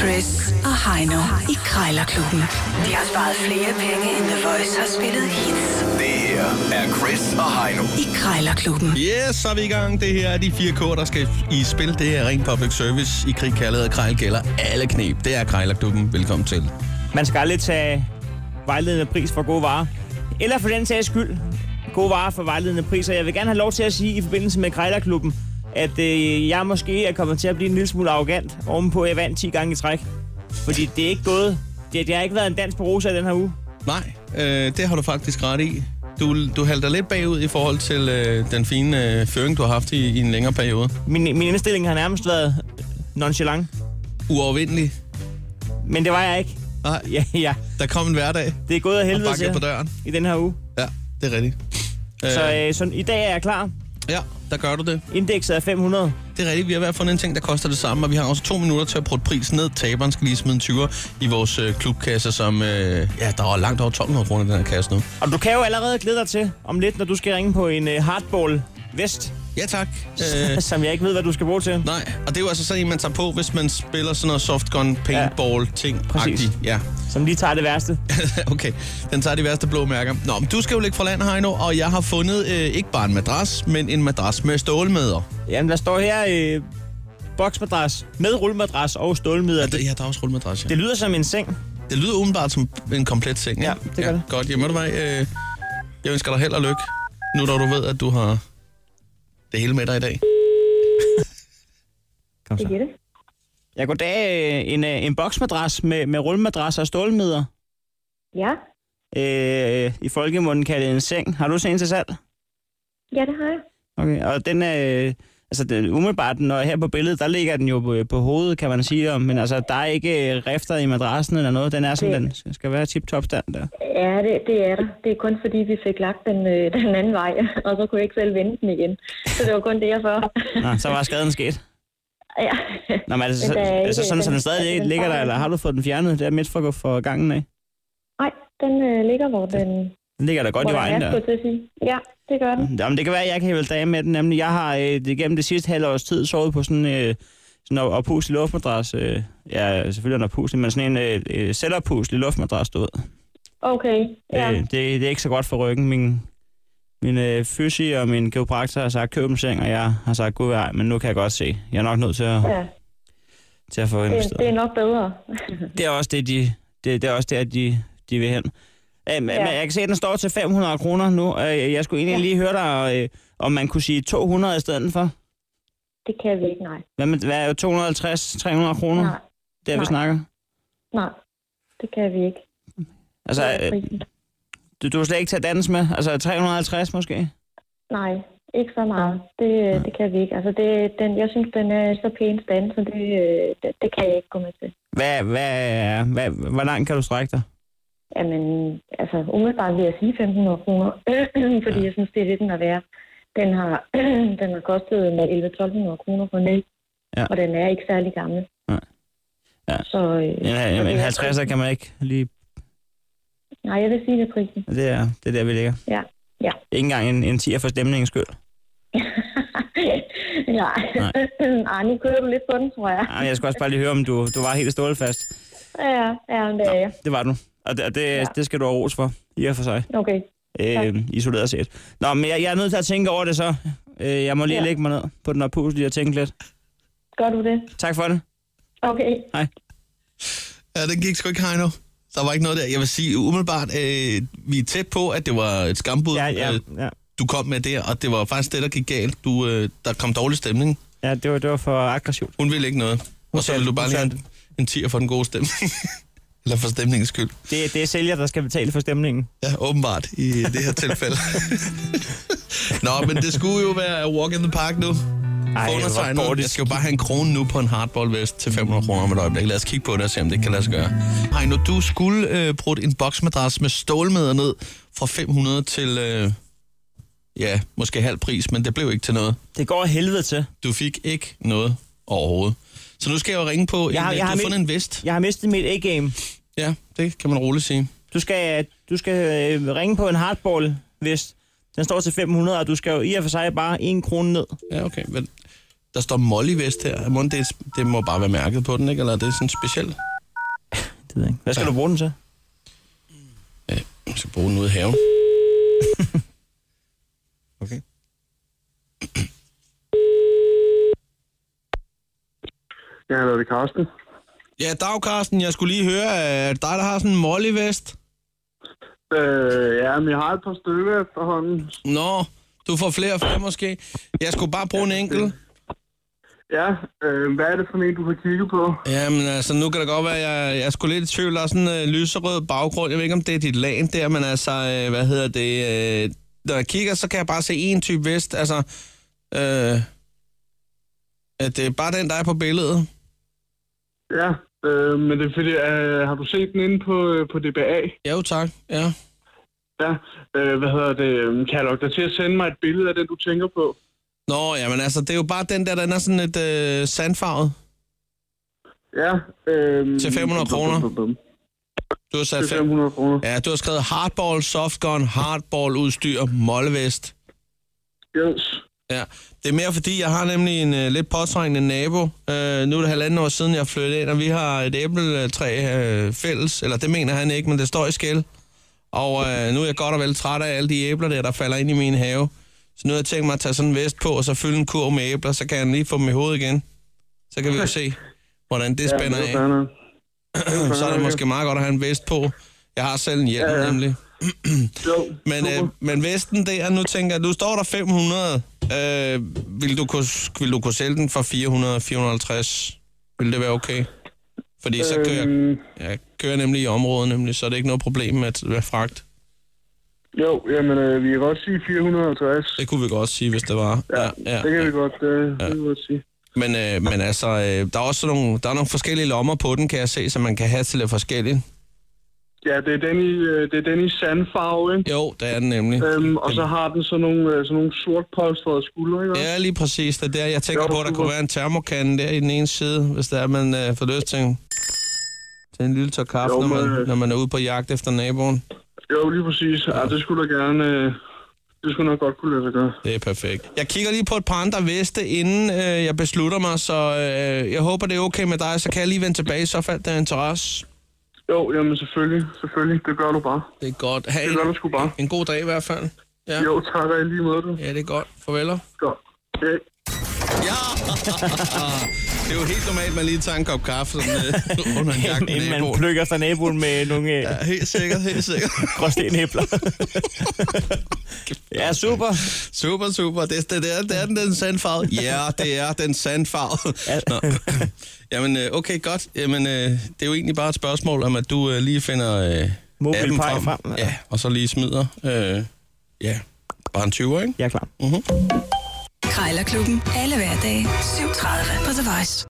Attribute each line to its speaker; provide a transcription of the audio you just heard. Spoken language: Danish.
Speaker 1: Chris og Heino i Krejlerklubben. De har sparet flere penge, end The Voice har spillet hits
Speaker 2: Det her er Chris og Heino.
Speaker 1: i Krejlerklubben.
Speaker 3: Yes, så er vi i gang. Det her er de fire K'er, der skal i spil. Det er ren public service. I krig, kærlighed og krejl gælder alle knep. Det er Krejlerklubben. Velkommen til.
Speaker 4: Man skal aldrig tage vejledende pris for gode varer. Eller for den sags skyld, gode varer for vejledende priser. Jeg vil gerne have lov til at sige i forbindelse med Krejlerklubben, at øh, jeg måske er kommet til at blive en lille smule arrogant ovenpå, at jeg vandt 10 gange i træk. Fordi det er ikke gået. Det, det har ikke været en dans på rosa i den her uge.
Speaker 3: Nej, øh, det har du faktisk ret i. Du, du halter lidt bagud i forhold til øh, den fine øh, føring, du har haft i, i en længere periode.
Speaker 4: Min, min indstilling har nærmest været nonchalant.
Speaker 3: Uovervindelig.
Speaker 4: Men det var jeg ikke.
Speaker 3: Nej,
Speaker 4: Ja, ja.
Speaker 3: der kom en hverdag
Speaker 4: Det er gået af
Speaker 3: og
Speaker 4: helvede
Speaker 3: bankede
Speaker 4: til
Speaker 3: på døren.
Speaker 4: i den her uge.
Speaker 3: Ja, det er rigtigt. Øh,
Speaker 4: Så, øh, så i dag er jeg klar.
Speaker 3: ja, der gør du det.
Speaker 4: Indekset er 500.
Speaker 3: Det er rigtigt. Vi har i hvert fald fundet en ting, der koster det samme, og vi har også to minutter til at prøve prisen ned. Taberen skal lige smide en 20'er i vores øh, klubkasse, som... Øh, ja, der er langt over 1200 kroner i den her kasse nu.
Speaker 4: Og du kan jo allerede glæde dig til om lidt, når du skal ringe på en øh, hardball vest,
Speaker 3: Ja, tak.
Speaker 4: øh.
Speaker 3: Øh,
Speaker 4: som jeg ikke ved, hvad du skal bruge til.
Speaker 3: nej, og det er jo altså sådan en, man tager på, hvis man spiller sådan noget softgun, paintball ting
Speaker 4: præcis.
Speaker 3: Ja,
Speaker 4: Som lige tager det værste.
Speaker 3: okay. Den tager de værste blå mærker. Nå, men du skal jo ligge fra land, Heino, og jeg har fundet øh, ikke bare en madras, men en madras med stålmæder.
Speaker 4: Jamen, der står her øh, boksmadras med rullemadras og stålmiddel.
Speaker 3: Ja,
Speaker 4: Det,
Speaker 3: der, ja, der er også rullemadras, ja.
Speaker 4: det lyder som en seng.
Speaker 3: Det lyder umiddelbart som en komplet seng, ikke?
Speaker 4: Ja, det gør det.
Speaker 3: Godt. Jamen, ved du hvad, øh, jeg ønsker dig held og lykke, nu når du ved, at du har det hele med dig i dag.
Speaker 4: Kom så.
Speaker 5: Birgitte?
Speaker 4: Jeg går dag øh, en, øh, en boksmadras med, med rullemadras og stålmidler.
Speaker 5: Ja,
Speaker 4: Øh, I folkemunden kaldet en seng. Har du set en til salg?
Speaker 5: ja det har jeg.
Speaker 4: Okay, og den er... Øh, altså, den, umiddelbart, når her på billedet, der ligger den jo på, på hovedet, kan man sige. Men altså, der er ikke øh, rifter i madrassen eller noget. Den er, som den skal være tip-top stand der.
Speaker 5: Ja, det, det er der. Det er kun fordi, vi fik lagt den, øh, den anden vej, og så kunne jeg ikke selv vende den igen. Så det var kun det, jeg for.
Speaker 4: Nå, så var skaden sket.
Speaker 5: Ja.
Speaker 4: Nå, men altså, så,
Speaker 5: Men der er
Speaker 4: altså
Speaker 5: ikke-
Speaker 4: sådan, så den
Speaker 5: den-
Speaker 4: stadig
Speaker 5: den
Speaker 4: ligger der,
Speaker 5: fejler.
Speaker 4: eller har du fået den fjernet der midt for, for gangen af?
Speaker 5: Nej, den øh, ligger, hvor den,
Speaker 4: Den ligger der godt
Speaker 5: hvor
Speaker 4: i
Speaker 5: den
Speaker 4: vejen
Speaker 5: er,
Speaker 4: der. Mm.
Speaker 5: skulle jeg til at sige. Ja, det gør den.
Speaker 4: Jamen, det kan være, at jeg kan hæve af med den. Nemlig, jeg har øh, det- gennem det sidste halve års tid sovet på sådan en øh, sådan en oppuslig luftmadras. Øh, ja, selvfølgelig en oppuslig, men sådan en øh, øh, selvoppuslig luftmadras, du ved.
Speaker 5: Okay, ja.
Speaker 4: Øh, det, det, er ikke så godt for ryggen. Min, min øh, fysi og min geopraktor har sagt, køb en seng, og jeg har sagt, god vej, men nu kan jeg godt se. Jeg er nok nødt til at,
Speaker 5: ja.
Speaker 4: til at få
Speaker 5: Det,
Speaker 4: investeret.
Speaker 5: det er nok bedre.
Speaker 4: Det er også det, de, det, det er også der, de, de vil hen. Øhm, ja.
Speaker 5: Ja.
Speaker 4: men jeg kan se, at den står til 500 kroner nu. Øh, jeg skulle egentlig ja. lige høre dig, øh, om man kunne sige 200 i stedet for.
Speaker 5: Det kan vi ikke, nej.
Speaker 4: Hvad, med, hvad er jo 250-300 kroner,
Speaker 5: Nej,
Speaker 4: der vi
Speaker 5: nej.
Speaker 4: snakker?
Speaker 5: nej. Det kan vi ikke.
Speaker 4: Altså,
Speaker 5: Det er
Speaker 4: øh,
Speaker 5: prisen.
Speaker 4: du, du vil slet ikke tage dans med? Altså 350 måske?
Speaker 5: Nej, ikke så
Speaker 4: Mm.
Speaker 5: meget. Det, øh, det kan vi ikke. Altså, det, den, jeg synes, den er så pæn stand, så det, øh, det, det kan jeg ikke gå med til.
Speaker 4: Hvad, hvad, hvad, hvor langt kan du strække dig?
Speaker 5: Jamen, altså umiddelbart vil jeg sige 1.500 kroner, fordi ja. jeg synes, det er det, den er værd. Den har, den har kostet med 11-1.200 kroner for ny,
Speaker 4: Ja.
Speaker 5: ja. og den er ikke særlig gammel.
Speaker 4: Nej. Ja.
Speaker 5: Så, øh,
Speaker 4: En,
Speaker 5: så
Speaker 4: en,
Speaker 5: det
Speaker 4: en
Speaker 5: er
Speaker 4: 50'er kan man ikke lige...
Speaker 5: prisen. Nej, jeg vil sige det er prisen.
Speaker 4: Det er, det er der, vi ligger.
Speaker 5: Ja, ja.
Speaker 4: Ikke engang en, en 10'er for stemningens skyld.
Speaker 5: Nej. Nej, nu kører du lidt på den, tror jeg.
Speaker 4: Ej, jeg skulle også bare lige høre, om du, du var helt stålfast.
Speaker 5: Ja, ja, men det er jeg.
Speaker 4: Det var du. Og det, og det, ja.
Speaker 5: Ja.
Speaker 4: det skal du have ros for, i og for sig,
Speaker 5: Okay.
Speaker 4: øh, isoleret set. Nå, men jeg, jeg er nødt til at tænke over det så. Øh, jeg må lige ja.
Speaker 5: Ja.
Speaker 4: lægge mig ned på den oppuselige og tænke lidt.
Speaker 5: Gør du det?
Speaker 4: Tak for det.
Speaker 5: Okay.
Speaker 4: Hej.
Speaker 3: Ja, den gik sgu ikke, Heino. Der var ikke noget der. Jeg vil sige umiddelbart, øh, vi er tæt på, at det var et skambud,
Speaker 4: Ja, ja,
Speaker 3: øh,
Speaker 4: ja.
Speaker 3: du kom med der, og det var faktisk det, der gik galt. Du, øh, der kom dårlig stemning.
Speaker 4: ja det, var, det var for aggressivt.
Speaker 3: Hun ville ikke noget. Og så
Speaker 4: sagde-
Speaker 3: ville du bare
Speaker 4: hun
Speaker 3: lige have
Speaker 4: sagde-
Speaker 3: en, en tier for den gode stemning. Eller for stemningens skyld.
Speaker 4: Det, det er sælger, der skal betale for stemningen.
Speaker 3: Ja, åbenbart i det her tilfælde. Nå, men det skulle jo være walk in the park nu.
Speaker 4: Ej,
Speaker 3: For undertegnet.
Speaker 4: hvor går det
Speaker 3: Jeg skal jo bare have en krone nu på en hardballvest til 500 kroner om et øjeblik. Lad os kigge på det og se, om det kan lade sig gøre. Hej, når du skulle øh, bruge en boksmadras med stålmæder ned fra 500 til, øh, ja, måske halv pris, men det blev ikke til noget.
Speaker 4: Det går af helvede til.
Speaker 3: Du fik ikke noget overhovedet. Så nu skal jeg jo ringe på, en,
Speaker 4: Jeg har-
Speaker 3: øh,
Speaker 4: jeg
Speaker 3: du
Speaker 4: har
Speaker 3: har
Speaker 4: min-
Speaker 3: fundet en vest.
Speaker 4: Jeg har mistet mit A-game.
Speaker 3: Ja, det kan man roligt sige.
Speaker 4: Du skal, du skal øh, ringe på en hardball, hvis den står til 500, og du skal jo i og for sig bare en krone ned.
Speaker 3: Ja, okay. Men Der står Molly-vest her. Må det, det må bare være mærket på den, ikke? Eller er det sådan specielt?
Speaker 4: Det ved jeg ikke. Hvad skal ja. du bruge den til?
Speaker 3: Øh, jeg skal bruge den ude i haven. okay.
Speaker 6: Ja, hallo, det er Carsten.
Speaker 3: Ja, dag Carsten. Jeg skulle lige høre, at dig, der har sådan en Molly-vest.
Speaker 6: Øh, ja, men jeg har et par stykker efterhånden.
Speaker 3: Nå, du får flere og flere måske. Jeg skulle bare bruge en enkelt.
Speaker 6: Ja, øh, hvad er det for en, du har kigget på?
Speaker 3: Jamen altså, nu kan det godt være, jeg, jeg er sgu lidt i tvivl. Der er sådan en øh, lyserød baggrund. Jeg ved ikke, om det er dit lag der, men altså, øh, hvad hedder det? Øh, når jeg kigger, så kan jeg bare se en type vest. Altså, øh, at det er bare den, der er på billedet.
Speaker 6: Ja, øh, men det er fordi, øh, har du set den inde på, øh, på DBA?
Speaker 3: Ja, jo, tak. Ja.
Speaker 6: Ja, øh, hvad hedder det? øh, Kan jeg lukke dig til at sende mig et billede af den, du tænker på?
Speaker 3: Nå, jamen altså, det er jo bare den der, den er sådan lidt øh, sandfarvet.
Speaker 6: Ja. Øh,
Speaker 3: Til 500 kroner. Du har sat
Speaker 6: Til
Speaker 3: fem.
Speaker 6: 500 kroner.
Speaker 3: Ja, du har skrevet hardball, softgun, hardball udstyr, mollevest.
Speaker 6: Yes.
Speaker 3: Ja, det er mere fordi, jeg har nemlig en øh, lidt påtrængende nabo. Øh, nu er det halvanden år siden, jeg flyttede ind, og vi har et æbletræ øh, fælles. Eller det mener han ikke, men det står i skæld. Og øh, nu er jeg godt og vel træt af alle de æbler der, der falder ind i min have. Så nu har jeg tænkt mig at tage sådan en vest på, og så fylde en kurv med æbler, så kan jeg lige få dem i hovedet igen. Så kan vi jo se, hvordan det spænder
Speaker 6: det er
Speaker 3: af.
Speaker 6: fair nok.
Speaker 3: Så er det måske meget godt at have en vest på. Jeg har selv en hjelm,
Speaker 6: Ja, ja.
Speaker 3: nemlig.
Speaker 6: Jo,
Speaker 3: Men,
Speaker 6: super.
Speaker 3: øh, men Vesten der, nu tænker jeg, nu står der 500. Øh, vil, du kunne, vil du kunne sælge den for 400, 450? Vil det være okay? Fordi så øh, kører jeg,
Speaker 6: Øhm,
Speaker 3: jeg kører nemlig i området, nemlig, så er det ikke noget problem med at være fragt.
Speaker 6: jo, jamen, øh, vi kan godt sige 450.
Speaker 3: Det kunne vi godt sige, hvis det var.
Speaker 6: Ja, ja, det kan vi godt, øh, det kan vi godt sige.
Speaker 3: Men, øh, men altså, øh, der er også sådan nogle, der er nogle forskellige lommer på den, kan jeg se, så man kan have til lidt forskelligt.
Speaker 6: Ja, det er den i, øh, det er den i sandfarve, ikke?
Speaker 3: Jo, det er den nemlig.
Speaker 6: Øhm, og så har den sådan nogle, øh, sådan nogle sortpolstrede skuldre, ikke?
Speaker 3: Ja, lige præcis. Det er der, jeg tænker
Speaker 6: Jo,
Speaker 3: på, at der
Speaker 6: super.
Speaker 3: kunne være en termokande der i den ene side, hvis der er, man øh, får lyst til, en- til en lille tør kaffe,
Speaker 6: Jo,
Speaker 3: når,
Speaker 6: men,
Speaker 3: man,
Speaker 6: øh,
Speaker 3: når man er ude på jagt efter naboen.
Speaker 6: Jo, lige præcis. Ja, det skulle da gerne... øh, Det skulle nok godt kunne lade sig gøre.
Speaker 3: Det er perfekt. Jeg kigger lige på et par andre veste, inden øh, jeg beslutter mig, så øh, jeg håber, det er okay med dig, så kan jeg lige vende tilbage, i så faldt der er interesse.
Speaker 6: Jo, jamen selvfølgelig. Selvfølgelig. Det gør du bare.
Speaker 3: Det er godt. Ha'
Speaker 6: Det gør du
Speaker 3: en,
Speaker 6: sgu bare.
Speaker 3: en god dag i hvert fald. Ja.
Speaker 6: Jo, tak og i lige måde, du.
Speaker 3: Ja, det er godt. Farveler.
Speaker 6: Godt. Ja.
Speaker 3: Ja! det er jo helt normalt, man lige tager en kop kaffe sådan, øh, under en jagt med
Speaker 4: Inden man
Speaker 3: naboen.
Speaker 4: plukker fra naboen med nogle øh,
Speaker 3: Ja, helt sikkert, helt sikkert.
Speaker 4: gråstenæbler. ja, super.
Speaker 3: Super, super. Det, det, det, er, det er den, den sandfarvede. Ja, yeah, det er den sandfarvede.
Speaker 4: Ja.
Speaker 3: Nå. Jamen, øh, okay, godt. Jamen, øh, det er jo egentlig bare et spørgsmål om, at du øh, lige finder øh,
Speaker 4: Mobil
Speaker 3: appen
Speaker 4: pej
Speaker 3: frem.
Speaker 4: frem, ja.
Speaker 3: Ja, og så lige smider. Øh, ja, bare en 20'er, ikke?
Speaker 4: Jeg er klar.
Speaker 1: Krejlerklubben. Alle hverdage. 7.30 på The Voice.